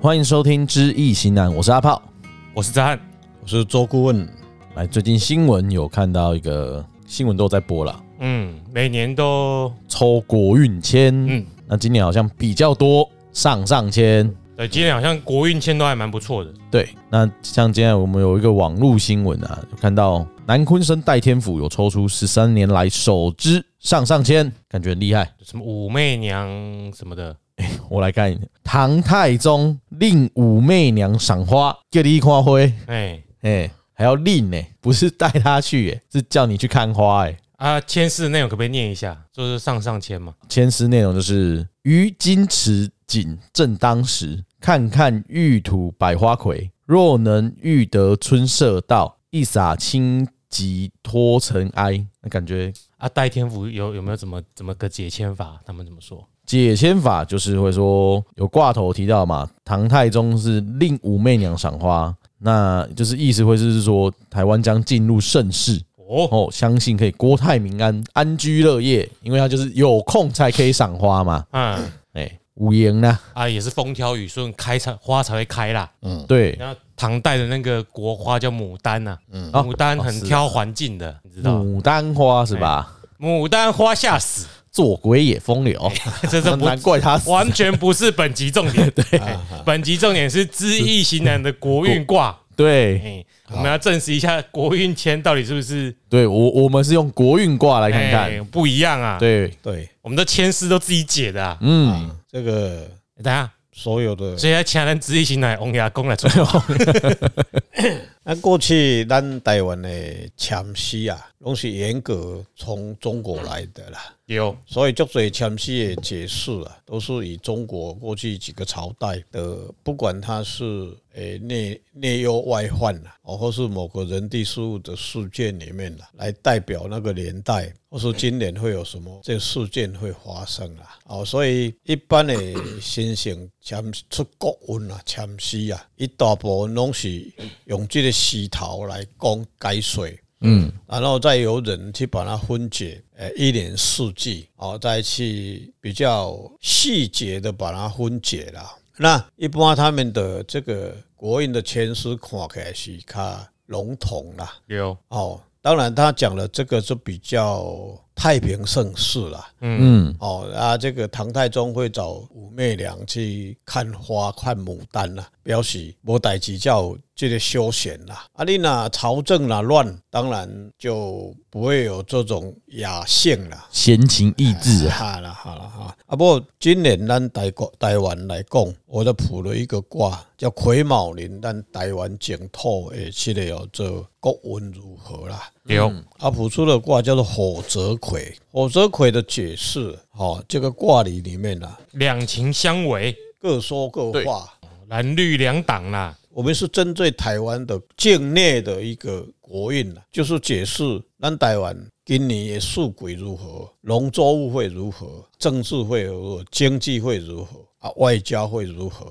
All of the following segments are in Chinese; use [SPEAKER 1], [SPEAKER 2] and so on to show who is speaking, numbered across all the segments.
[SPEAKER 1] 欢迎收听《知易行难》，我是阿炮。
[SPEAKER 2] 我是张翰，
[SPEAKER 3] 我是周顾问，
[SPEAKER 1] 来，最近新闻有看到一个新闻都有在播啦，
[SPEAKER 2] 嗯，每年都
[SPEAKER 1] 抽国运签，
[SPEAKER 2] 嗯，
[SPEAKER 1] 那今年好像比较多上上签。
[SPEAKER 2] 对，今年好像国运签都还蛮不错的，
[SPEAKER 1] 对，那像今天我们有一个网络新闻啊，就看到南昆生戴天府有抽出十三年来首支上上签，感觉很厉害。
[SPEAKER 2] 什么武媚娘什么的，
[SPEAKER 1] 我来看一眼，唐太宗令武媚娘赏花，叫你去看花，哎、
[SPEAKER 2] 哎、
[SPEAKER 1] 还要令呢、不是带她去、欸，是叫你去看花、欸，
[SPEAKER 2] 啊，签诗的内容可不可以念一下？就是上上签嘛，
[SPEAKER 1] 签诗内容就是“于今此景正当时，看看玉土百花魁。若能遇得春色到，一洒清极脱尘埃。”那感觉
[SPEAKER 2] 啊，戴天府有有没有怎么怎么个解签法？他们怎么说？
[SPEAKER 1] 解签法就是会说有挂头提到嘛，唐太宗是令武媚娘赏花，那就是意思会是说台湾将进入盛世。
[SPEAKER 2] 哦，
[SPEAKER 1] 哦，相信可以国泰民安、安居乐业，因为他就是有空才可以赏花嘛。
[SPEAKER 2] 嗯，
[SPEAKER 1] 哎、五言呢、
[SPEAKER 2] 啊，也是风调雨顺，开才花才会开啦。
[SPEAKER 1] 对，
[SPEAKER 2] 然后唐代的那个国花叫牡丹呐、
[SPEAKER 3] 嗯
[SPEAKER 1] 哦
[SPEAKER 2] 牡丹
[SPEAKER 1] 哦
[SPEAKER 2] 很
[SPEAKER 1] 是啊
[SPEAKER 2] 挑环境的，你知道？哎
[SPEAKER 1] 牡丹花是吧？
[SPEAKER 2] 牡丹花吓死，
[SPEAKER 1] 做鬼也风流，
[SPEAKER 2] 哎这是 不
[SPEAKER 1] 难怪他死。
[SPEAKER 2] 完全不是本集重 点。对，本集重点是知易行难的国运卦。
[SPEAKER 1] 对
[SPEAKER 2] 哎，我们要证实一下国运签到底是不是
[SPEAKER 1] 对，我我们是用国运卦来看
[SPEAKER 2] 哎
[SPEAKER 1] 看。
[SPEAKER 2] 不一样啊？，
[SPEAKER 1] 对，
[SPEAKER 3] 对，
[SPEAKER 2] 我们的签诗都自己解的啊。
[SPEAKER 1] 嗯，
[SPEAKER 3] 嗯，这个
[SPEAKER 2] 等一下，
[SPEAKER 3] 所有的，
[SPEAKER 2] 所以要请人知易行难，翁牙公来做。
[SPEAKER 3] 啊，过去咱台湾的签诗啊，拢是严格从中国来的啦，
[SPEAKER 1] 哎
[SPEAKER 2] 有
[SPEAKER 3] 所以足侪签诗的解释啊，都是以中国过去几个朝代的，不管它是诶内内忧外患啊，哦，或是某个人地事物的事件里面啊，来代表那个年代，或是今年会有什么这事件会发生啦、哦，所以一般的新型签出国文啊，签诗啊，一大部分拢是用这个诗头来讲解说。
[SPEAKER 1] 嗯，
[SPEAKER 3] 然后再由人去把它分解，呃，一年四季，哦，再去比较细节的把它分解啦。那一般他们的这个国运的签诗看起来是较笼统啦，
[SPEAKER 2] 有，
[SPEAKER 3] 哦，当然他讲的这个是比较太平盛世啦，
[SPEAKER 1] 嗯，
[SPEAKER 3] 哦啊，这个唐太宗会找武媚娘去看花、看牡丹啦、表示无代志才有这个休闲啦。啊，你若朝政若乱，当然就不会有这种雅兴啦。
[SPEAKER 1] 闲情逸致啊，
[SPEAKER 3] 好啦好啦哈，啊不过今年咱台国台湾来讲，我就卜了一个卦叫癸卯年，咱台湾净土诶，这个哦，做国运如何啦？
[SPEAKER 2] 有，
[SPEAKER 1] 嗯
[SPEAKER 3] 阿普出的卦叫做火泽魁，火泽魁的解释，哦，这个卦理里面啊，
[SPEAKER 2] 两情相违，
[SPEAKER 3] 各说各话。
[SPEAKER 2] 蓝绿两党啦。
[SPEAKER 3] 我们是针对台湾的境内的一个国运啊，就是解释咱台湾今年的数轨如何，龙舟物会如何，政治会如何，经济会如何啊，外交会如何。啊，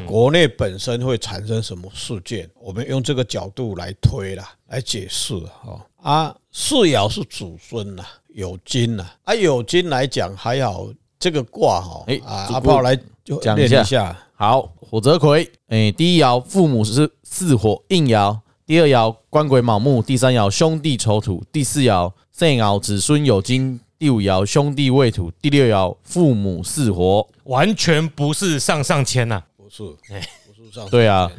[SPEAKER 1] 嗯
[SPEAKER 3] 国内本身会产生什么事件？我们用这个角度来推啦，来解释哈。啊，四爻是祖孙呐，有金呐。啊，有金来讲还好，这个卦哈
[SPEAKER 1] 哎，
[SPEAKER 3] 啊，
[SPEAKER 1] 祖
[SPEAKER 3] 阿
[SPEAKER 1] 国
[SPEAKER 3] 炮来就
[SPEAKER 1] 讲一
[SPEAKER 3] 练
[SPEAKER 1] 下
[SPEAKER 3] 一下。
[SPEAKER 1] 好，火泽葵，哎、第一爻父母是巳火应爻，第二爻官鬼卯木，第三爻兄弟丑土，第四爻震爻子孙有金，第五爻兄弟未土，第六爻父母巳火。
[SPEAKER 2] 完全不是上上签呐，
[SPEAKER 3] 不是，不是上。
[SPEAKER 1] 对啊，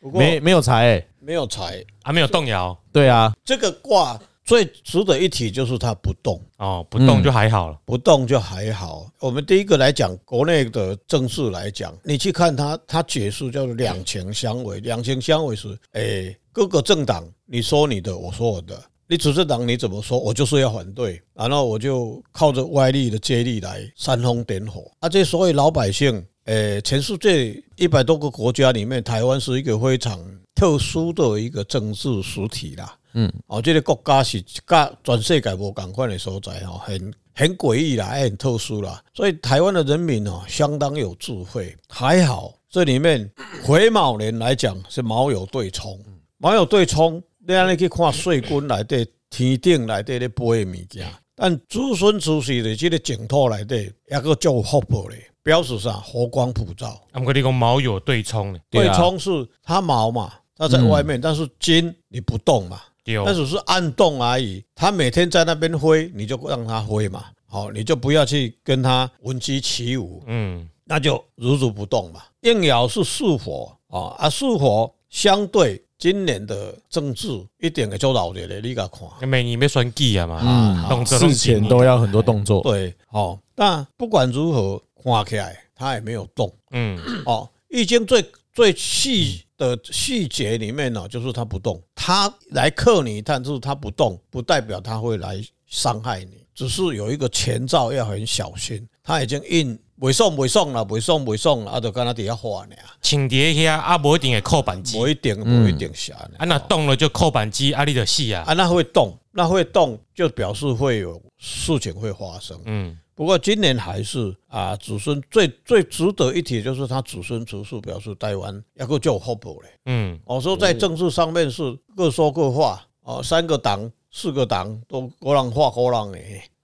[SPEAKER 3] 不过
[SPEAKER 1] 没没有财哎、
[SPEAKER 3] 没有财，
[SPEAKER 2] 啊没有动摇
[SPEAKER 1] 对啊，
[SPEAKER 3] 这个卦最值得一提就是它不动，
[SPEAKER 2] 哦，不动就还
[SPEAKER 1] 嗯
[SPEAKER 2] 好了。
[SPEAKER 3] 不动就还好。我们第一个来讲国内的政治来讲，你去看它，它解释叫做两情相违。两情相违是，哎，各个政党你说你的，我说我的。你执政党你怎么说，我就是要反对，然后我就靠着外力的接力来煽风点火。啊，这所谓老百姓，呃，全世界一百多个国家里面，台湾是一个非常特殊的一个政治实体啦。哦，这个国家是甲全世界无共款的所在哦，很很诡异啦，也很特殊啦。所以台湾的人民哦，相当有智慧。还好这里面癸卯年来讲是卯有对冲，卯有对冲，你安尼去看水军内底、天顶内底咧飞的物件，但子孙子孙的这个净土内底，抑佫足有福报咧。标识上佛光普照，
[SPEAKER 2] 啊，不过你讲毛有对冲呢，
[SPEAKER 1] 对
[SPEAKER 3] 对
[SPEAKER 1] 啊
[SPEAKER 3] 冲是它毛嘛，它在外面，但是筋你不动嘛，
[SPEAKER 2] 对，
[SPEAKER 3] 那只是按动而已。它每天在那边挥，你就让它挥嘛，好，你就不要去跟它闻鸡起舞，
[SPEAKER 2] 嗯，
[SPEAKER 3] 那就如如不动嘛。应爻是巳火啊，啊巳火相对今年的政治一点也做老热的，你给看。
[SPEAKER 2] 每年要选举啊嘛，
[SPEAKER 1] 嗯，
[SPEAKER 2] 动作
[SPEAKER 1] 事前都要很多动作，
[SPEAKER 3] 对，好、哦，但不管如何，看起来它也没有动。
[SPEAKER 2] 嗯，
[SPEAKER 3] 哦，易经最最细的细节里面呢、就是它不动，它来克你，但是它不动，不代表它会来伤害你，只是有一个前兆要很小心。它已经印未送未送了，未送未送了，啊，就跟他底下画呢，
[SPEAKER 2] 请碟遐啊，无一定会扣扳机
[SPEAKER 3] 不，一定不一定下呢。
[SPEAKER 2] 啊，那动了就扣扳机，啊，你就死啊，
[SPEAKER 3] 啊，那会动，那会动就表示会有事情会发生。
[SPEAKER 2] 嗯，
[SPEAKER 3] 不过今年还是啊，子孙最最值得一提就是他子孙族数表示台湾要够就有后补嘞。
[SPEAKER 2] 嗯，
[SPEAKER 3] 我说哦在政治上面是各说各话哦，三个党、四个党都各人话各人的。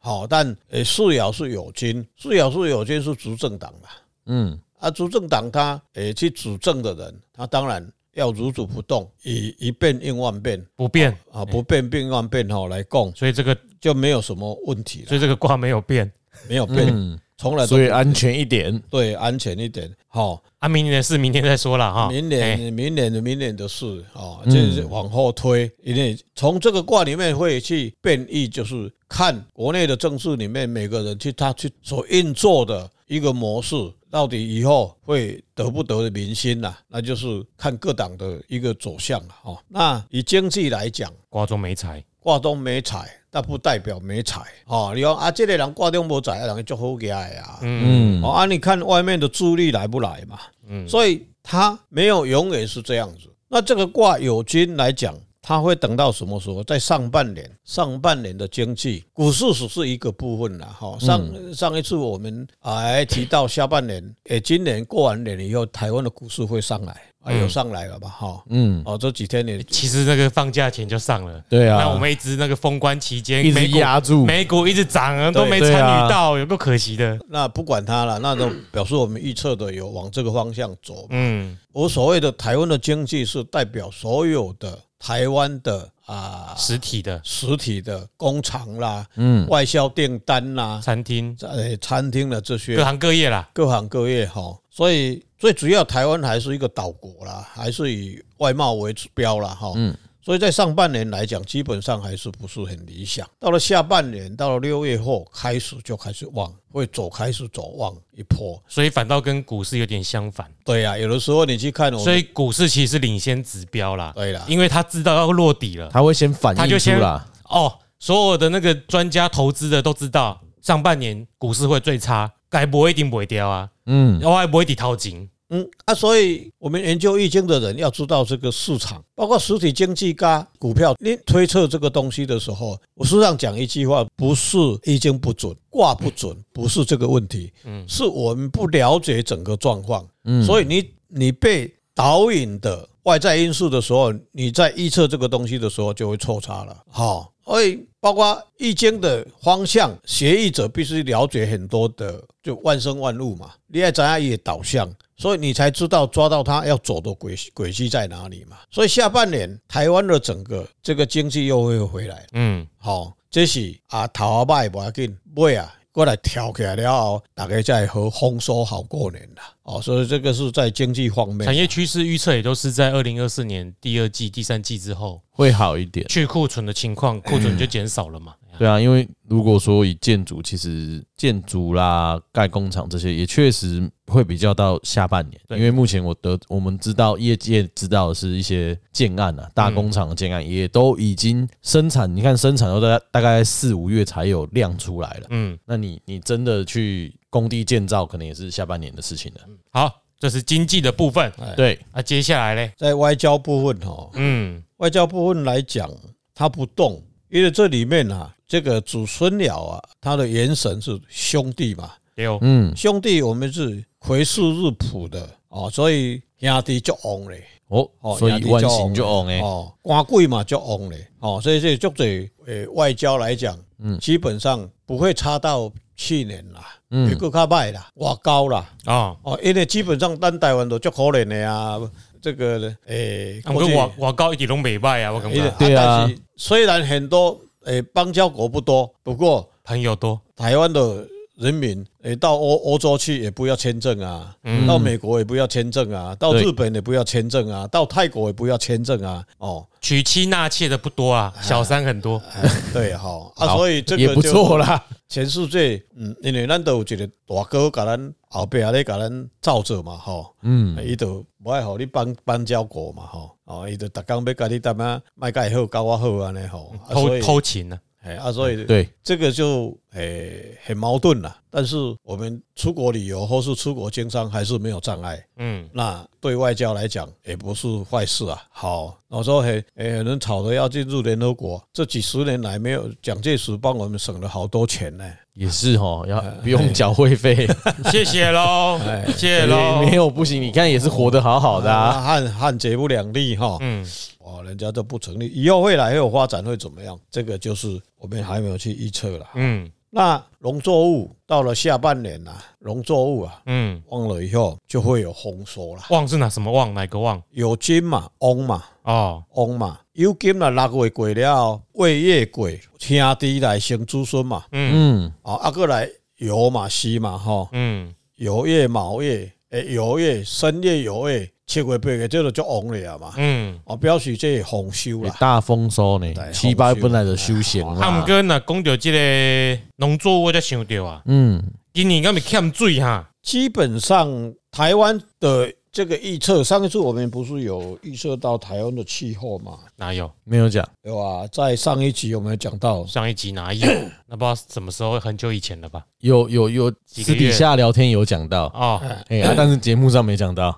[SPEAKER 3] 好，但呃，四爻是有金，四爻是有金是执政党嘛，
[SPEAKER 1] 嗯，
[SPEAKER 3] 啊，执政党他诶去主政的人，他当然要如主不动，以一变应万变
[SPEAKER 2] 不变，
[SPEAKER 3] 啊，不变变万变吼来讲，
[SPEAKER 2] 所以这个
[SPEAKER 3] 就没有什么问题了，
[SPEAKER 2] 所以这个卦没有变，
[SPEAKER 3] 没有变，
[SPEAKER 1] 嗯，
[SPEAKER 3] 从来都
[SPEAKER 1] 所以安全一点，
[SPEAKER 3] 对安全一点。好，
[SPEAKER 2] 啊，明年的事明天再说了哈，
[SPEAKER 3] 明
[SPEAKER 2] 哎
[SPEAKER 3] 年、明年的、明年的事啊，这是往后推，因为从这个卦里面会去变异，就是看国内的政治里面每个人去他去所运作的一个模式，到底以后会得不得民心呐、啊那就是看各党的一个走向了啊。那以经济来讲，
[SPEAKER 2] 卦中没财，
[SPEAKER 3] 挂钟没踩，那不代表没踩哦。你讲啊，这个人挂钟没踩，人就好起来啊。
[SPEAKER 2] 嗯，
[SPEAKER 1] 嗯
[SPEAKER 3] 哦啊，你看外面的助力来不来嘛？
[SPEAKER 2] 嗯
[SPEAKER 3] 所以它没有永远是这样子。那这个卦有金来讲，它会等到什么时候？在上半年，上半年的经济，股市只是一个部分啦。
[SPEAKER 1] 嗯
[SPEAKER 3] 哈、上、上一次我们哎提到下半年，诶，今年过完年以后，台湾的股市会上来，啊，有上来了吧？哈、
[SPEAKER 1] 嗯，
[SPEAKER 3] 哦，这几天也
[SPEAKER 2] 其实那个放假前就上了。
[SPEAKER 1] 对
[SPEAKER 2] 那我
[SPEAKER 1] 啊，
[SPEAKER 2] 们一直那个封关期间，
[SPEAKER 1] 一直
[SPEAKER 2] 美股
[SPEAKER 1] 压住，
[SPEAKER 2] 美股一直涨，都没参
[SPEAKER 1] 对啊
[SPEAKER 2] 与到，有够可惜的。
[SPEAKER 3] 那不管它了， 那就表示我们预测的有往这个方向走。
[SPEAKER 2] 嗯，
[SPEAKER 3] 我所谓的台湾的经济是代表所有的台湾的啊
[SPEAKER 2] 实体的
[SPEAKER 3] 实体的工厂啦、
[SPEAKER 1] 嗯
[SPEAKER 3] 外销订单啦、
[SPEAKER 2] 餐厅，
[SPEAKER 3] 呃餐厅的这
[SPEAKER 2] 各
[SPEAKER 3] 些
[SPEAKER 2] 行各业啦。
[SPEAKER 3] 各行各业哈，所以最主要台湾还是一个岛国啦，还是以外贸为指标啦哈。
[SPEAKER 1] 嗯
[SPEAKER 3] 所以在上半年来讲，基本上还是不是很理想。到了下半年，到了六月后开始就开始旺，会走开始走旺一波。
[SPEAKER 2] 所以反倒跟股市有点相反，
[SPEAKER 3] 对呀、有的时候你去
[SPEAKER 1] 哦
[SPEAKER 3] 看我们，
[SPEAKER 2] 所以股市其实是领先指标啦，
[SPEAKER 3] 对啦，
[SPEAKER 2] 因为他知道要落底了。
[SPEAKER 1] 他会先反
[SPEAKER 2] 他
[SPEAKER 1] 应
[SPEAKER 2] 就
[SPEAKER 1] 出
[SPEAKER 2] 先
[SPEAKER 1] 啦，
[SPEAKER 2] 哦，所有的那个专家投资的都知道，上半年股市会最差，该不会一定不会掉啊，
[SPEAKER 1] 嗯
[SPEAKER 2] 我还不会底套金。
[SPEAKER 3] 嗯啊，所以我们研究易经的人要知道这个市场，包括实体经济跟股票。你推测这个东西的时候，我书上讲一句话，不是易经不准，卦不准，不是这个问题，嗯，是我们不了解整个状况，
[SPEAKER 1] 嗯，
[SPEAKER 3] 所以你你被导引的外在因素的时候，你在预测这个东西的时候就会错差了。好，所以包括易经的方向，学艺者必须了解很多的，就万生万物嘛，你也知道也导向。所以你才知道抓到它要走的轨轨迹在哪里嘛。所以下半年台湾的整个这个经济又会回来，
[SPEAKER 2] 嗯，
[SPEAKER 3] 好、这是啊头啊摆无要紧，尾啊过来挑起来了后，大家再和丰收好过年啦。哦，所以这个是在经济方面
[SPEAKER 2] 产，业趋势预测也都是在二零二四年第二季、第三季之后，
[SPEAKER 1] 会好一点。
[SPEAKER 2] 去库存的情况，库存就减少了嘛。
[SPEAKER 1] 对啊，因为如果说以建筑，其实建筑啦、盖工厂这些，也确实会比较到下半年。
[SPEAKER 2] 对
[SPEAKER 1] 因为目前我得我们知道，业界知道的是一些建案
[SPEAKER 2] 嗯
[SPEAKER 1] 啊，大工厂的建案也都已经生产，你看生产都大概大概四五月才有量出来了。
[SPEAKER 2] 嗯，
[SPEAKER 1] 那你你真的去工地建造，可能也是下半年的事情了。
[SPEAKER 2] 好，这是经济的部分。
[SPEAKER 1] 对，
[SPEAKER 2] 啊，接下来嘞，
[SPEAKER 3] 在外交部分哦，
[SPEAKER 2] 嗯，
[SPEAKER 3] 外交部分来讲，它不动，因为这里面啊，这个祖孙鸟啊，它的元神是兄弟嘛，
[SPEAKER 2] 六，
[SPEAKER 1] 嗯，
[SPEAKER 3] 兄弟我们是回视日普的哦，所以兄弟就旺嘞。
[SPEAKER 1] 哦，
[SPEAKER 3] 哦，
[SPEAKER 1] 所以万行就 on 哎，
[SPEAKER 3] 哦，官贵嘛就呃 on 嘞，哦，所以这足侪诶外交来讲，嗯，基本上不会差到去年啦，
[SPEAKER 1] 嗯
[SPEAKER 3] 比佫较歹啦，外高啦，
[SPEAKER 2] 啊，
[SPEAKER 3] 哦，因为基本上咱台湾都足可怜的啊，这个呃诶，
[SPEAKER 2] 我跟我我高一点拢袂歹啊，我感
[SPEAKER 3] 因为
[SPEAKER 2] 觉
[SPEAKER 1] 对啊
[SPEAKER 3] 哎但是虽然很多诶邦交国不多，不过
[SPEAKER 2] 朋友多，
[SPEAKER 3] 台湾的人民诶到欧欧洲去也不要签证啊，
[SPEAKER 2] 嗯
[SPEAKER 3] 到美国也不要签证啊，到
[SPEAKER 1] 对
[SPEAKER 3] 日本也不要签证啊，到泰国也不要签证啊，哦，
[SPEAKER 2] 娶妻纳妾的不多啊，小三很多。
[SPEAKER 3] 哎 对哈，啊，
[SPEAKER 1] 好
[SPEAKER 3] 所以这
[SPEAKER 1] 也
[SPEAKER 3] 个
[SPEAKER 1] 不
[SPEAKER 3] 就
[SPEAKER 1] 错 啦。
[SPEAKER 3] 全世界，嗯，因为咱都有一个大哥甲咱后壁咧甲咱罩着嘛，吼，啊
[SPEAKER 1] 嗯，
[SPEAKER 3] 伊就无爱互你邦邦交国嘛，吼，哦，伊就逐工要甲你淡仔卖甲伊好，甲我好安尼吼，
[SPEAKER 1] 嗯
[SPEAKER 3] 啊所
[SPEAKER 2] 偷
[SPEAKER 3] 以，
[SPEAKER 2] 偷情呢、
[SPEAKER 3] 哎，啊，所以
[SPEAKER 1] 对，
[SPEAKER 3] 这个就诶、很矛盾了。但是我们出国旅游或是出国经商还是没有障碍，
[SPEAKER 2] 嗯，
[SPEAKER 3] 那对外交来讲也不是坏事啊。好，我说很诶，很多人吵着要进入联合国，这几十年来没有蒋介石帮我们省了好多钱呢、
[SPEAKER 1] 也是哦，要
[SPEAKER 3] 呃
[SPEAKER 1] 不用缴会费，
[SPEAKER 2] 谢谢喽，谢谢喽
[SPEAKER 1] 哎没。有不行。你看也是活得好好的啊。
[SPEAKER 3] 啊，汉汉贼不两立哈。
[SPEAKER 2] 嗯，
[SPEAKER 3] 哦，人家都不成立，以后未来还有发展会怎么样？这个就是我们还没有去预测了。
[SPEAKER 2] 嗯
[SPEAKER 3] 那农作物到了下半年啊，农作物啊，
[SPEAKER 2] 嗯，
[SPEAKER 3] 忘了以后就会有丰收了。
[SPEAKER 2] 旺是哪什么旺？哪个旺？
[SPEAKER 3] 有金嘛，翁嘛，
[SPEAKER 2] 哦，
[SPEAKER 3] 翁嘛，有金啦，六月过了，未月过，兄弟来生子孙嘛，
[SPEAKER 2] 嗯
[SPEAKER 1] 嗯，
[SPEAKER 3] 啊，啊过来酉嘛，戌嘛，吼，
[SPEAKER 2] 嗯，
[SPEAKER 3] 酉月、卯月，诶，酉月、申月、酉月，七月八月，这就叫翁了嘛，
[SPEAKER 2] 嗯，
[SPEAKER 3] 哦，表示这是丰收
[SPEAKER 1] 也
[SPEAKER 3] 啦，
[SPEAKER 1] 大丰收呢
[SPEAKER 3] 对，
[SPEAKER 1] 七八本来就休闲
[SPEAKER 3] 哎
[SPEAKER 2] 他
[SPEAKER 1] 啦
[SPEAKER 2] 毋。过若讲到即个农作物，我才想到啊，
[SPEAKER 1] 嗯，
[SPEAKER 2] 今年敢咪欠水哈？
[SPEAKER 3] 基本上台湾的。这个预测，上一次我们不是有预测到台湾的气候嘛？
[SPEAKER 2] 哪有？
[SPEAKER 1] 没有讲，
[SPEAKER 3] 对吧？在上一集我们有讲到，
[SPEAKER 2] 上一集哪有？ 那不知道什么时候，很久以前了吧？
[SPEAKER 1] 有有有，
[SPEAKER 2] 几
[SPEAKER 1] 私
[SPEAKER 2] 个月
[SPEAKER 1] 底下聊天有讲到，
[SPEAKER 2] 哦，
[SPEAKER 1] 哎，啊但是节目上没讲到。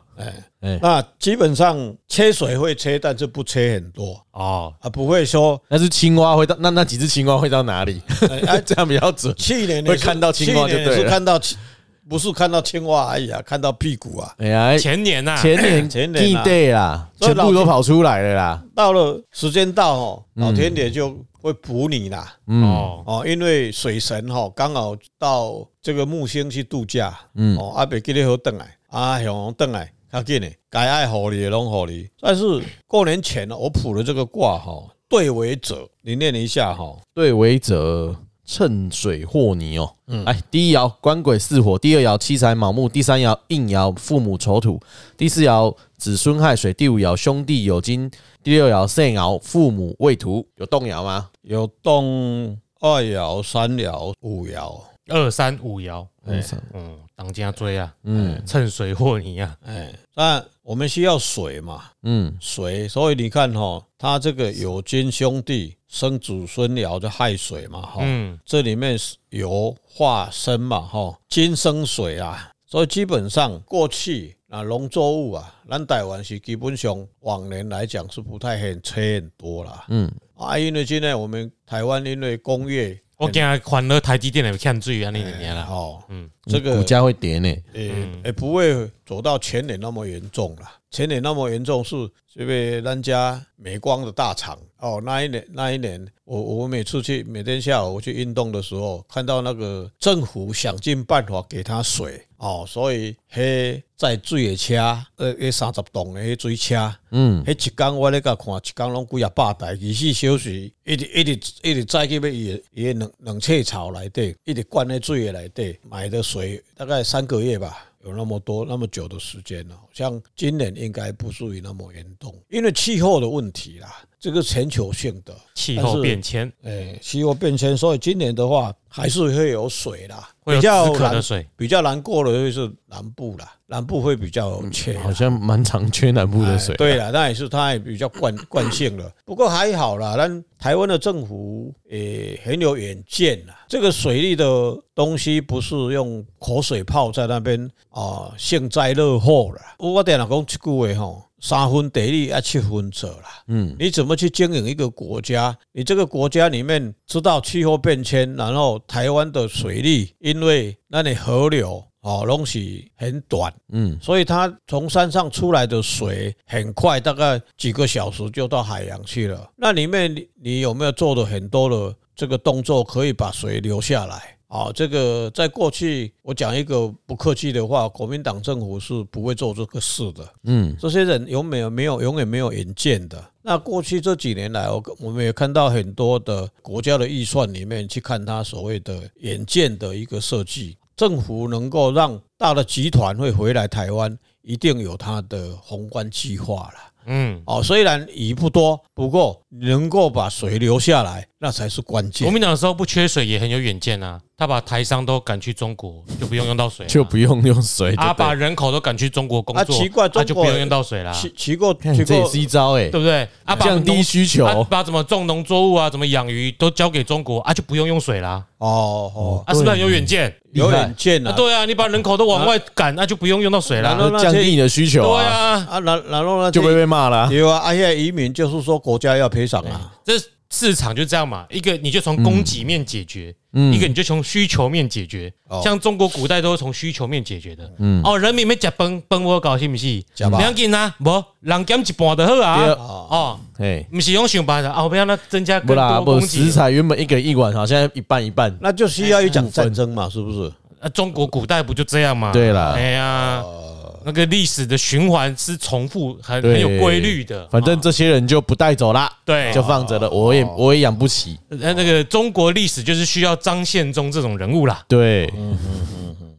[SPEAKER 3] 那基本上缺水会缺，但是不缺很多
[SPEAKER 2] 哦，
[SPEAKER 3] 啊，不会说
[SPEAKER 1] 那是青蛙会到那那几只青蛙会到哪里？
[SPEAKER 3] 哎
[SPEAKER 1] 这样比较准。
[SPEAKER 3] 去年
[SPEAKER 1] 会
[SPEAKER 3] 也是
[SPEAKER 1] 看到青蛙就对了
[SPEAKER 3] 去年也是看到青，不是看到青蛙而已啊，看到屁股啊。
[SPEAKER 1] 哎呀，
[SPEAKER 2] 前年呐、
[SPEAKER 1] 前年
[SPEAKER 3] 前年啊
[SPEAKER 1] day 啦，
[SPEAKER 3] 所以
[SPEAKER 1] 全
[SPEAKER 3] 老
[SPEAKER 1] 部都跑出来了啦。
[SPEAKER 3] 到了时间到哦，老天爷就会补你啦
[SPEAKER 1] 嗯
[SPEAKER 2] 哦，
[SPEAKER 3] 哦，因为水神哈刚好到这个木星去度假，
[SPEAKER 1] 嗯，
[SPEAKER 3] 哦，啊，别记得好等来，啊，向等来，较紧的，该爱护你的拢护你。但是过年前哦呢，我卜了这个卦哈，对为者，你念一下哈，
[SPEAKER 1] 对为者趁水和泥哦。来，第一爻官鬼巳火，第二爻七财卯木，第三爻应爻父母丑土，第四爻子孙亥水，第五爻兄弟酉金，第六爻肾爻父母未土，有动摇吗？
[SPEAKER 3] 有动二爻、三爻、五爻，
[SPEAKER 2] 二三五爻，
[SPEAKER 1] 嗯，
[SPEAKER 2] 嗯，当家追啊，
[SPEAKER 1] 嗯
[SPEAKER 2] 趁水和泥啊，
[SPEAKER 3] 哎，那我们需要水嘛，
[SPEAKER 1] 嗯
[SPEAKER 3] 水，所以你看哈、他这个有金兄弟生子孙爻就亥水嘛
[SPEAKER 1] 哦
[SPEAKER 3] 哈、
[SPEAKER 2] 嗯
[SPEAKER 3] 这里面是有化生嘛哈、金生水啊，所以基本上过去啊农作物啊，咱台湾是基本上往年来讲是不太很缺很多啦
[SPEAKER 1] 嗯，
[SPEAKER 3] 啊，因为现在我们台湾因为工业
[SPEAKER 2] 我惊啊还了台积电的欠水安尼
[SPEAKER 1] 哎
[SPEAKER 2] 年啦，
[SPEAKER 3] 哦，
[SPEAKER 2] 嗯
[SPEAKER 3] 这个
[SPEAKER 1] 股价会跌呢。
[SPEAKER 3] 也、
[SPEAKER 2] 嗯
[SPEAKER 3] 也哎不会走到前年那么严重了。前年那么严重是因为人家美光的大厂哦，那一年那一年，我我每次去每天下午我去运动的时候，看到那个政府想尽办法给他水哦，所以嘿在水的车，呃，那三十栋的迄水车。
[SPEAKER 1] 嗯
[SPEAKER 3] 迄一工我咧甲看，一工拢几啊百台，二十四小时，一直一直一直载去要伊的伊的冷冷却槽内底，一直灌咧水的内底，买的水大概三个月吧，有那么多那么久的时间了。好像今年应该不至于那么严重，因为气候的问题啦，这个全球性的，
[SPEAKER 2] 气
[SPEAKER 3] 但
[SPEAKER 2] 候
[SPEAKER 3] 是
[SPEAKER 2] 变
[SPEAKER 1] 哎
[SPEAKER 2] 迁
[SPEAKER 3] 诶、气候变迁，所以今年的话还是会有水啦，
[SPEAKER 2] 会有
[SPEAKER 3] 比较
[SPEAKER 2] 止渴的
[SPEAKER 3] 难
[SPEAKER 2] 水，
[SPEAKER 3] 比较难过的就是南部啦，南部会比较
[SPEAKER 2] 嗯
[SPEAKER 3] 缺啦。
[SPEAKER 1] 好像蛮常缺南部的水。啊
[SPEAKER 3] 哎对了，那也是它也比较惯惯性了。不过还好啦，咱台湾的政府也很有远见啦。这个水利的东西不是用口水泡在那边啊幸灾乐祸了。我点老讲一句话吼。三分地利啊，七分者啦。嗯，你怎么去经营一个国家？你这个国家里面知道气候变迁，然后台湾的水利，因为那里河流哦，拢是很短，
[SPEAKER 1] 嗯
[SPEAKER 3] 所以它从山上出来的水很快，大概几个小时就到海洋去了。那里面你你有没有做的很多的这个动作，可以把水留下来？啊，这个在过去我讲一个不客气的话，国民党政府是不会做这个事的。
[SPEAKER 1] 嗯，
[SPEAKER 3] 这些人有没有没有永远没有远见的。那过去这几年来，我我们也看到很多的国家的预算里面去看它所谓的远见的一个设计，政府能够让大的集团会回来台湾，一定有它的宏观计划了。
[SPEAKER 2] 嗯，
[SPEAKER 3] 哦，虽然雨不多，不过能够把水留下来，那才是关
[SPEAKER 2] 国
[SPEAKER 3] 键。
[SPEAKER 2] 民党的时候不缺水，也很有远见啊。他把台商都赶去中国，就不用用到水了，
[SPEAKER 1] 就不用用水就对了。
[SPEAKER 2] 啊，把人口都赶去中国工作，
[SPEAKER 3] 啊奇怪
[SPEAKER 2] 他就
[SPEAKER 3] 中
[SPEAKER 2] 不
[SPEAKER 3] 国
[SPEAKER 2] 用用到水啦，
[SPEAKER 3] 奇奇过
[SPEAKER 1] 看
[SPEAKER 3] 奇
[SPEAKER 1] 这也
[SPEAKER 3] 过
[SPEAKER 1] 是一招哎、
[SPEAKER 2] 对不对？啊，把
[SPEAKER 1] 降低
[SPEAKER 2] 农
[SPEAKER 1] 需求。
[SPEAKER 2] 啊把怎么种农作物啊，怎么养鱼都交给中国啊，就不用用水啦，
[SPEAKER 3] 哦哦，
[SPEAKER 2] 啊，是不是很有远见？
[SPEAKER 1] 厉
[SPEAKER 3] 有
[SPEAKER 1] 害
[SPEAKER 3] 远见
[SPEAKER 2] 啊，
[SPEAKER 3] 啊。
[SPEAKER 2] 对啊，你把人口都往外赶，那就不用用到水
[SPEAKER 3] 然
[SPEAKER 2] 啦
[SPEAKER 3] 后，
[SPEAKER 1] 降低你的需求
[SPEAKER 2] 对
[SPEAKER 1] 啊，
[SPEAKER 2] 啊，
[SPEAKER 3] 啊，然然后呢？
[SPEAKER 1] 就会被骂啦、
[SPEAKER 3] 有啊，啊，现在移民就是说国家要赔偿啊。
[SPEAKER 2] 这市场就这样嘛，一个你就从供给面解决，
[SPEAKER 1] 嗯
[SPEAKER 2] 一个你就从需求面解决
[SPEAKER 3] 哦。
[SPEAKER 2] 像中国古代都是从需求面解决的。
[SPEAKER 1] 嗯
[SPEAKER 2] 哦，人民没吃崩崩我搞是不是？
[SPEAKER 3] 吃吧
[SPEAKER 2] 不要紧啊，无人减一半就好
[SPEAKER 1] 对
[SPEAKER 2] 啊。
[SPEAKER 1] 啊
[SPEAKER 3] 哦
[SPEAKER 2] 哦，
[SPEAKER 1] 嘿，
[SPEAKER 2] 不是用想办法，后边那增加
[SPEAKER 1] 不
[SPEAKER 2] 更
[SPEAKER 1] 啦，
[SPEAKER 2] 多
[SPEAKER 1] 不
[SPEAKER 2] 供
[SPEAKER 1] 食
[SPEAKER 2] 给。
[SPEAKER 1] 材原本一个一碗好，现在一半一半。
[SPEAKER 3] 那就需要一场战争嘛，是不是？
[SPEAKER 2] 啊，中国古代不就这样嘛？
[SPEAKER 1] 对啦哦
[SPEAKER 2] 哎呀，那个历史的循环是重复很
[SPEAKER 1] 对
[SPEAKER 2] 很有规律的。哦
[SPEAKER 1] 反正这些人就不带走啦，
[SPEAKER 2] 对哦
[SPEAKER 1] 就放着了，我也我也养不起。
[SPEAKER 2] 那那个中国历史就是需要张献忠这种人物啦。
[SPEAKER 1] 对，
[SPEAKER 2] 嗯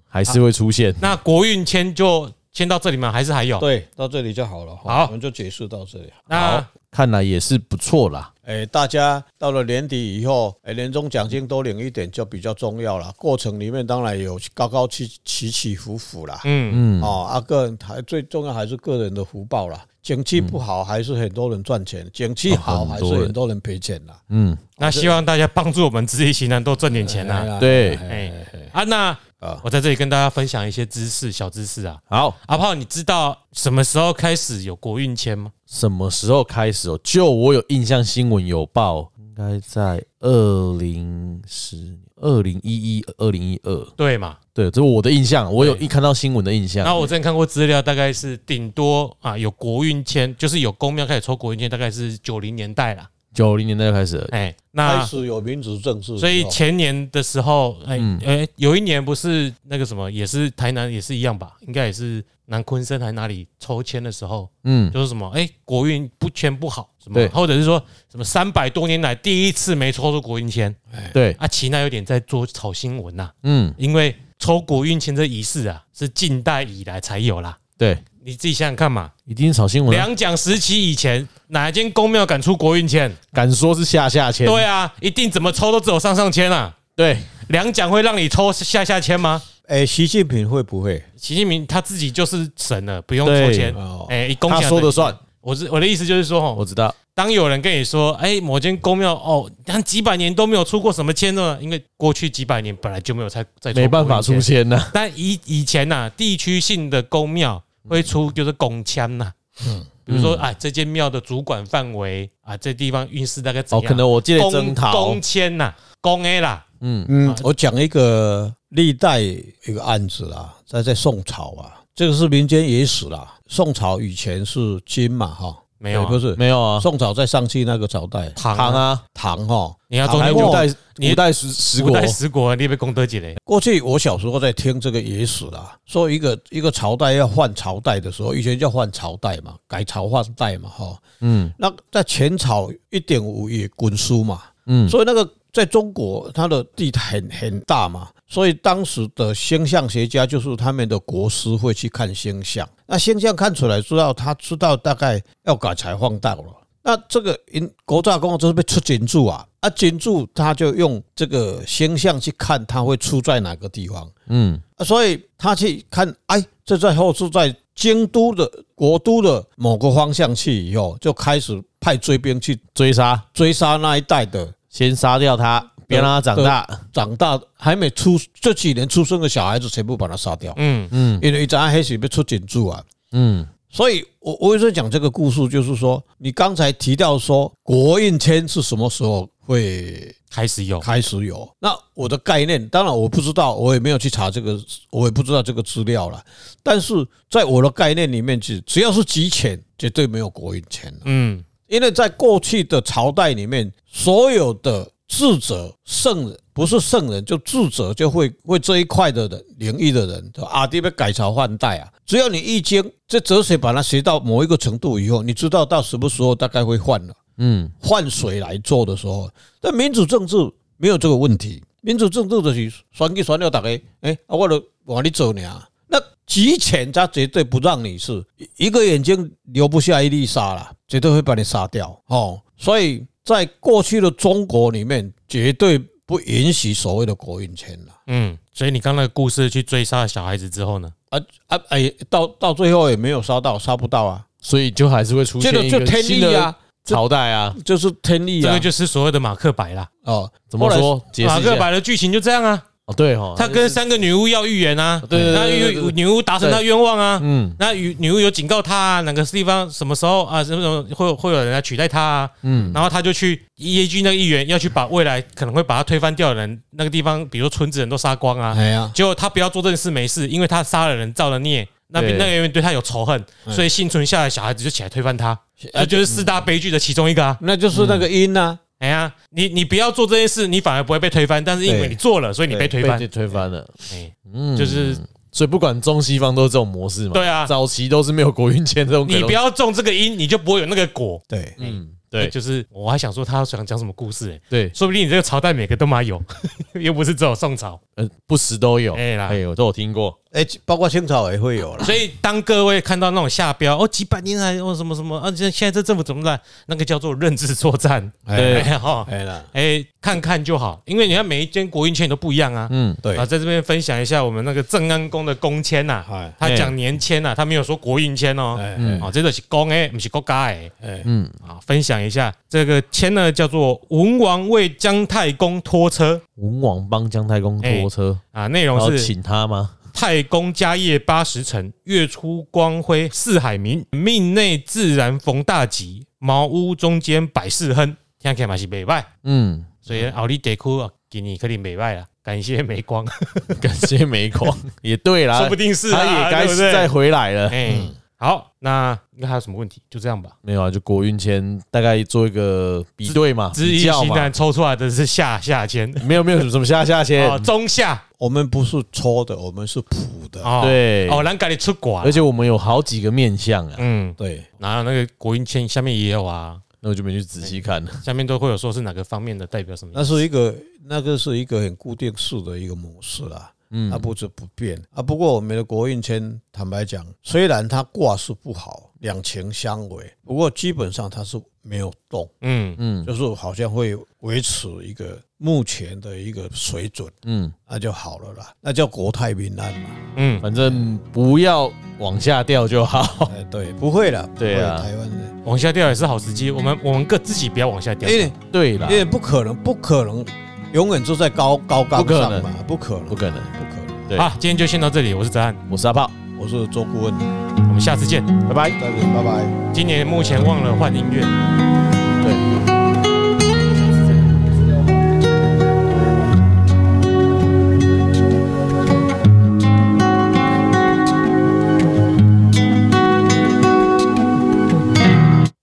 [SPEAKER 1] 还是会出现。
[SPEAKER 2] 那国运签就签到这里吗？还是还有？
[SPEAKER 3] 对，到这里就好了。
[SPEAKER 2] 好
[SPEAKER 3] 我们就解释到这里。
[SPEAKER 2] 那
[SPEAKER 1] 看来也是不错啦。
[SPEAKER 3] 哎，大家到了年底以后，哎，年终奖金多领一点就比较重要了。过程里面当然有高高起起起伏伏啦。
[SPEAKER 2] 嗯，
[SPEAKER 1] 嗯，
[SPEAKER 3] 哦，啊，个人还最重要还是个人的福报啦。景气不好，还是很多人赚
[SPEAKER 2] 嗯
[SPEAKER 3] 钱；景气好，还
[SPEAKER 1] 很
[SPEAKER 3] 是
[SPEAKER 1] 多人
[SPEAKER 3] 很多人赔钱啦。
[SPEAKER 1] 嗯，
[SPEAKER 3] 哦
[SPEAKER 2] 那希望大家帮助我们自立行难多赚点钱
[SPEAKER 3] 哎
[SPEAKER 2] 呐、
[SPEAKER 3] 呀
[SPEAKER 1] 对
[SPEAKER 2] 哎
[SPEAKER 3] 哎哎
[SPEAKER 2] 啊，那
[SPEAKER 3] 啊
[SPEAKER 2] 我在这里跟大家分享一些知识，小知识啊。
[SPEAKER 1] 好，
[SPEAKER 2] 阿炮，你知道什么时候开始有国运签吗？
[SPEAKER 1] 什么时候开始哦？就我有印象，新闻有报，应该在二零十、二零一一、二零一二。
[SPEAKER 2] 对嘛？
[SPEAKER 1] 对，这是我的印象，我有一看到新闻的印象
[SPEAKER 2] 然。后我之前看过资料，大概是顶多啊有国运签，就是有公庙开始抽国运签，大概是九零年代啦。
[SPEAKER 1] 九零年代开始，
[SPEAKER 2] 哎、
[SPEAKER 3] 开
[SPEAKER 2] 那
[SPEAKER 3] 始有民主政治，
[SPEAKER 2] 所以前年的时候，哎、
[SPEAKER 1] 嗯
[SPEAKER 2] 哎、有一年不是那个什么，也是台南也是一样吧，应该也是南昆生还哪里抽签的时候，
[SPEAKER 1] 嗯，
[SPEAKER 2] 就是什么，哎、国运不签不好，什么
[SPEAKER 1] 对，
[SPEAKER 2] 或者是说什么三百多年来第一次没抽出国运签，
[SPEAKER 1] 对，
[SPEAKER 2] 啊，其那有点在做炒新闻呐、啊
[SPEAKER 1] 嗯，
[SPEAKER 2] 因为抽国运签这仪式啊，是近代以来才有啦，
[SPEAKER 1] 对，
[SPEAKER 2] 你自己想想看嘛，
[SPEAKER 1] 一定是炒新闻啊，
[SPEAKER 2] 两蒋时期以前哪间公庙敢出国运签？
[SPEAKER 1] 敢说是下下签，
[SPEAKER 2] 对啊，一定怎么抽都只有上上签啊，
[SPEAKER 1] 对，
[SPEAKER 2] 两蒋会让你抽下下签吗？
[SPEAKER 3] 哎，习近平会不会？
[SPEAKER 2] 习近平他自己就是神了，不用
[SPEAKER 1] 对
[SPEAKER 2] 抽签
[SPEAKER 3] 哦，
[SPEAKER 2] 哎，一公
[SPEAKER 1] 他
[SPEAKER 2] 讲
[SPEAKER 1] 说的。算，
[SPEAKER 2] 我是我的意思就是说，吼
[SPEAKER 1] 我知道，
[SPEAKER 2] 当有人跟你说，哎、某间公庙哦，但几百年都没有出过什么签呢，因为过去几百年本来就没有在在
[SPEAKER 1] 没办法出啊
[SPEAKER 2] 现。
[SPEAKER 1] 签呐，
[SPEAKER 2] 但以以前呐、地区性的公庙会出就是公签呐、比如说啊，这间庙的主管范围啊，这地方运势大概怎
[SPEAKER 1] 哦，
[SPEAKER 2] 样？
[SPEAKER 1] 可能我借
[SPEAKER 2] 公
[SPEAKER 1] 征讨
[SPEAKER 2] 公，签呐，公 A 啦，
[SPEAKER 1] 嗯，
[SPEAKER 3] 嗯，我讲一个历代一个案子啦，在在宋朝啊，这个是民间野史啦。宋朝以前是金嘛哈，
[SPEAKER 2] 没有啊
[SPEAKER 3] 对不是
[SPEAKER 1] 没有啊，
[SPEAKER 3] 宋朝在上去那个朝代，
[SPEAKER 2] 唐
[SPEAKER 1] 唐
[SPEAKER 2] 啊，
[SPEAKER 1] 啊，
[SPEAKER 3] 唐哈。
[SPEAKER 2] 你要中
[SPEAKER 1] 还
[SPEAKER 2] 间
[SPEAKER 1] 有
[SPEAKER 3] 唐
[SPEAKER 1] 五
[SPEAKER 2] 就
[SPEAKER 3] 过
[SPEAKER 1] 代
[SPEAKER 2] 你
[SPEAKER 1] 五代十十
[SPEAKER 2] 古
[SPEAKER 1] 国
[SPEAKER 2] 代，十国，你被功德几嘞？
[SPEAKER 3] 过去我小时候在听这个野史啦，说一个一个朝代要换朝代的时候，以前叫换朝代嘛，改朝换代嘛哈。
[SPEAKER 1] 嗯
[SPEAKER 3] 那在前朝一点五也滚书嘛，
[SPEAKER 1] 嗯，
[SPEAKER 3] 所以那个在中国，它的地很很大嘛，所以当时的星象学家就是他们的国师会去看星象，那星象看出来知道他知道大概要改财换道了。那这个因国炸公就是被出金柱啊，啊金柱他就用这个星象去看它会出在哪个地方，
[SPEAKER 1] 嗯
[SPEAKER 3] 啊所以他去看，哎，这在后是在京都的国都的某个方向去以后，就开始派追兵去
[SPEAKER 1] 追杀，
[SPEAKER 3] 追杀那一带的
[SPEAKER 1] 先杀掉他，别让他长大，
[SPEAKER 3] 长大还没出这几年出生的小孩子全部把他杀掉，
[SPEAKER 2] 嗯，
[SPEAKER 1] 嗯
[SPEAKER 3] 因为一张黑水被出警柱啊。
[SPEAKER 1] 嗯，
[SPEAKER 3] 所以我我为什么讲这个故事，就是说你刚才提到说国运签是什么时候会
[SPEAKER 2] 开始有，
[SPEAKER 3] 开始有？那我的概念，当然我不知道，我也没有去查这个，我也不知道这个资料了。但是在我的概念里面，只只要是集权，绝对没有国运签的。
[SPEAKER 2] 嗯，
[SPEAKER 3] 因为在过去的朝代里面，所有的智者圣人，不是圣人就智者就会会这一块的人领域的人，啊就阿弟被改朝换代啊。只要你易经这哲学把它学到某一个程度以后，你知道到什么时候大概会换了。
[SPEAKER 1] 嗯，
[SPEAKER 3] 换谁来做的时候，但民主政治没有这个问题。民主政治就是选举选了大家，哎、啊，我就往你走呢。那极权他绝对不让你是一个眼睛留不下一粒沙啦，绝对会把你杀掉哦。所以在过去的中国里面，绝对不允许所谓的国运签了。
[SPEAKER 2] 嗯，所以你刚那个故事去追杀小孩子之后呢，
[SPEAKER 3] 啊啊哎，到到最后也没有杀到，杀不到啊，
[SPEAKER 1] 所以就还是会出
[SPEAKER 3] 这
[SPEAKER 1] 现
[SPEAKER 3] 个
[SPEAKER 1] 一
[SPEAKER 3] 就
[SPEAKER 1] 个
[SPEAKER 3] 天
[SPEAKER 1] 新
[SPEAKER 3] 意
[SPEAKER 1] 的
[SPEAKER 3] 啊，
[SPEAKER 1] 朝代啊。
[SPEAKER 3] 就是天意
[SPEAKER 2] 这
[SPEAKER 3] 啊
[SPEAKER 2] 个。就是所谓的马克白啦。
[SPEAKER 3] 哦，
[SPEAKER 1] 怎么说？解释
[SPEAKER 2] 马
[SPEAKER 1] 一
[SPEAKER 2] 克
[SPEAKER 1] 下。
[SPEAKER 2] 白的剧情就这样啊，
[SPEAKER 1] 哦，对哈，
[SPEAKER 2] 他跟三个女巫要预言啊，
[SPEAKER 1] 对对
[SPEAKER 2] 那
[SPEAKER 1] 对对
[SPEAKER 2] 女
[SPEAKER 1] 对
[SPEAKER 2] 女巫达成他愿望啊，
[SPEAKER 1] 嗯
[SPEAKER 2] 那女女巫有警告他啊，哪个地方什么时候啊，什么时候会有会有人来取代他啊，
[SPEAKER 1] 嗯
[SPEAKER 2] 然后他就去依据那个议员要去把未来可能会把他推翻掉的人，那个地方，比如说村子人都杀光啊，
[SPEAKER 3] 哎呀，
[SPEAKER 2] 结果他不要做这件事没事，因为他杀了人造了孽，那边
[SPEAKER 1] 对
[SPEAKER 2] 那个人对他有仇恨，所以幸存下来的小孩子就起来推翻他，
[SPEAKER 3] 啊
[SPEAKER 2] 这就是四大悲剧的其中一个啊。
[SPEAKER 3] 那就是那
[SPEAKER 1] 嗯
[SPEAKER 3] 个因啊呐、
[SPEAKER 2] 哎呀，你你不要做这件事，你反而不会被推翻，但是因为
[SPEAKER 3] 对
[SPEAKER 2] 你做了，所以你被推翻
[SPEAKER 1] 被，推翻了。
[SPEAKER 2] 哎，
[SPEAKER 1] 嗯，
[SPEAKER 2] 就是
[SPEAKER 1] 所以不管中西方都是这种模式嘛。
[SPEAKER 2] 对啊
[SPEAKER 1] 早期都是没有国运签这种。
[SPEAKER 2] 你不，要种这个因，你就不会有那个果。
[SPEAKER 3] 对，
[SPEAKER 1] 嗯，
[SPEAKER 2] 哎
[SPEAKER 1] 对
[SPEAKER 2] 就是我还想说他想讲什么故事，哎，
[SPEAKER 1] 对，
[SPEAKER 2] 说不定你这个朝代每个都嘛有， 又不是只有宋朝。
[SPEAKER 1] 呃，不时都有。
[SPEAKER 2] 哎啦
[SPEAKER 1] 哎，我都有听过。
[SPEAKER 3] 哎、包括清朝也会有啦。
[SPEAKER 2] 所以当各位看到那种下标哦，几百年来哦什么什么啊，现现在这政府怎么烂，那个叫做认知作战。
[SPEAKER 1] 对
[SPEAKER 2] 哎哈，
[SPEAKER 3] 哎啦，
[SPEAKER 2] 哎，看看就好，因为你看每一间国运签都不一样啊。
[SPEAKER 1] 嗯，
[SPEAKER 3] 对
[SPEAKER 2] 啊，，在这边分享一下我们那个正安宫的公签呐
[SPEAKER 3] 哎，
[SPEAKER 2] 他讲年签啊呐，他没有说国运签哦。
[SPEAKER 3] 哎
[SPEAKER 1] 嗯
[SPEAKER 2] 哦，这个是公诶，不是国家诶。
[SPEAKER 3] 哎，
[SPEAKER 1] 嗯，
[SPEAKER 2] 啊，分享一下这个签呢，叫做文王为姜太公拖车
[SPEAKER 1] 文王帮姜太公拖车，
[SPEAKER 2] 啊，内
[SPEAKER 1] 然
[SPEAKER 2] 容
[SPEAKER 1] 后
[SPEAKER 2] 是
[SPEAKER 1] 请他吗？
[SPEAKER 2] 太公家业八十城，月出光辉四海明，命内自然逢大吉，茅屋中间百事亨，听起来嘛是袂歹，
[SPEAKER 1] 嗯，
[SPEAKER 2] 所以奥利地区啊，给你肯定袂歹啊，感谢美光，
[SPEAKER 1] 感谢美国也对啦，
[SPEAKER 2] 说不定是
[SPEAKER 1] 他
[SPEAKER 2] 啊
[SPEAKER 1] 也该
[SPEAKER 2] 对不对
[SPEAKER 1] 再回来了。
[SPEAKER 2] 哎、好，那应该还有什么问题？就这样吧。
[SPEAKER 1] 没有啊，就国运签大概做一个比对嘛，
[SPEAKER 2] 知易
[SPEAKER 1] 比较
[SPEAKER 2] 行
[SPEAKER 1] 嘛
[SPEAKER 2] 难，，抽出来的是下下签
[SPEAKER 1] 没有没有什么什么下下签
[SPEAKER 2] 哦，，中下
[SPEAKER 3] 我们不是搓的，我们是普
[SPEAKER 1] 啊
[SPEAKER 3] 的。
[SPEAKER 2] 哦，
[SPEAKER 1] 对
[SPEAKER 2] 哦，咱家里出国
[SPEAKER 1] 而，且我们有好几个面相啊，
[SPEAKER 2] 嗯，
[SPEAKER 3] 对，
[SPEAKER 2] 然后那个国运签下面也有啊，
[SPEAKER 1] 那我就没去仔细看了。
[SPEAKER 2] 下面都会有说是哪个方面的代表什么意
[SPEAKER 1] 呃
[SPEAKER 2] 思。
[SPEAKER 3] 那是一个那个是一个很固定式的一个模式啦，
[SPEAKER 1] 嗯
[SPEAKER 3] 它不是不变啊。不过我们的国运签，坦白讲，虽然它卦是不好，两情相违，不过基本上它是没有动，
[SPEAKER 2] 嗯，
[SPEAKER 1] 嗯
[SPEAKER 3] 就是好像会维持一个目前的一个水准，
[SPEAKER 1] 嗯，
[SPEAKER 3] 那就好了啦，那叫国泰民安嘛。
[SPEAKER 2] 嗯，
[SPEAKER 1] 反正不要往下掉就好。
[SPEAKER 3] 哎，对，不会啦，不会
[SPEAKER 1] 哦对啊
[SPEAKER 3] 台湾的，
[SPEAKER 2] 往下掉也是好时机。我们我们各自己不要往下掉
[SPEAKER 3] 因。
[SPEAKER 1] 哎
[SPEAKER 3] 为
[SPEAKER 1] 对啊啦
[SPEAKER 2] 哎
[SPEAKER 3] 因，为不可能，不可能，永远就在高高
[SPEAKER 1] 不
[SPEAKER 3] 岗
[SPEAKER 1] 可
[SPEAKER 3] 上
[SPEAKER 1] 能
[SPEAKER 3] 嘛，不可能，
[SPEAKER 1] 不可能。
[SPEAKER 3] 不可能。
[SPEAKER 1] 对
[SPEAKER 2] 好，今天就先到这里。我是泽汉，
[SPEAKER 1] 我是阿炮，
[SPEAKER 3] 我是周顾问，
[SPEAKER 2] 我们下次见。
[SPEAKER 1] 拜拜。
[SPEAKER 3] 再见，拜拜。
[SPEAKER 2] 今年目前忘了换音乐。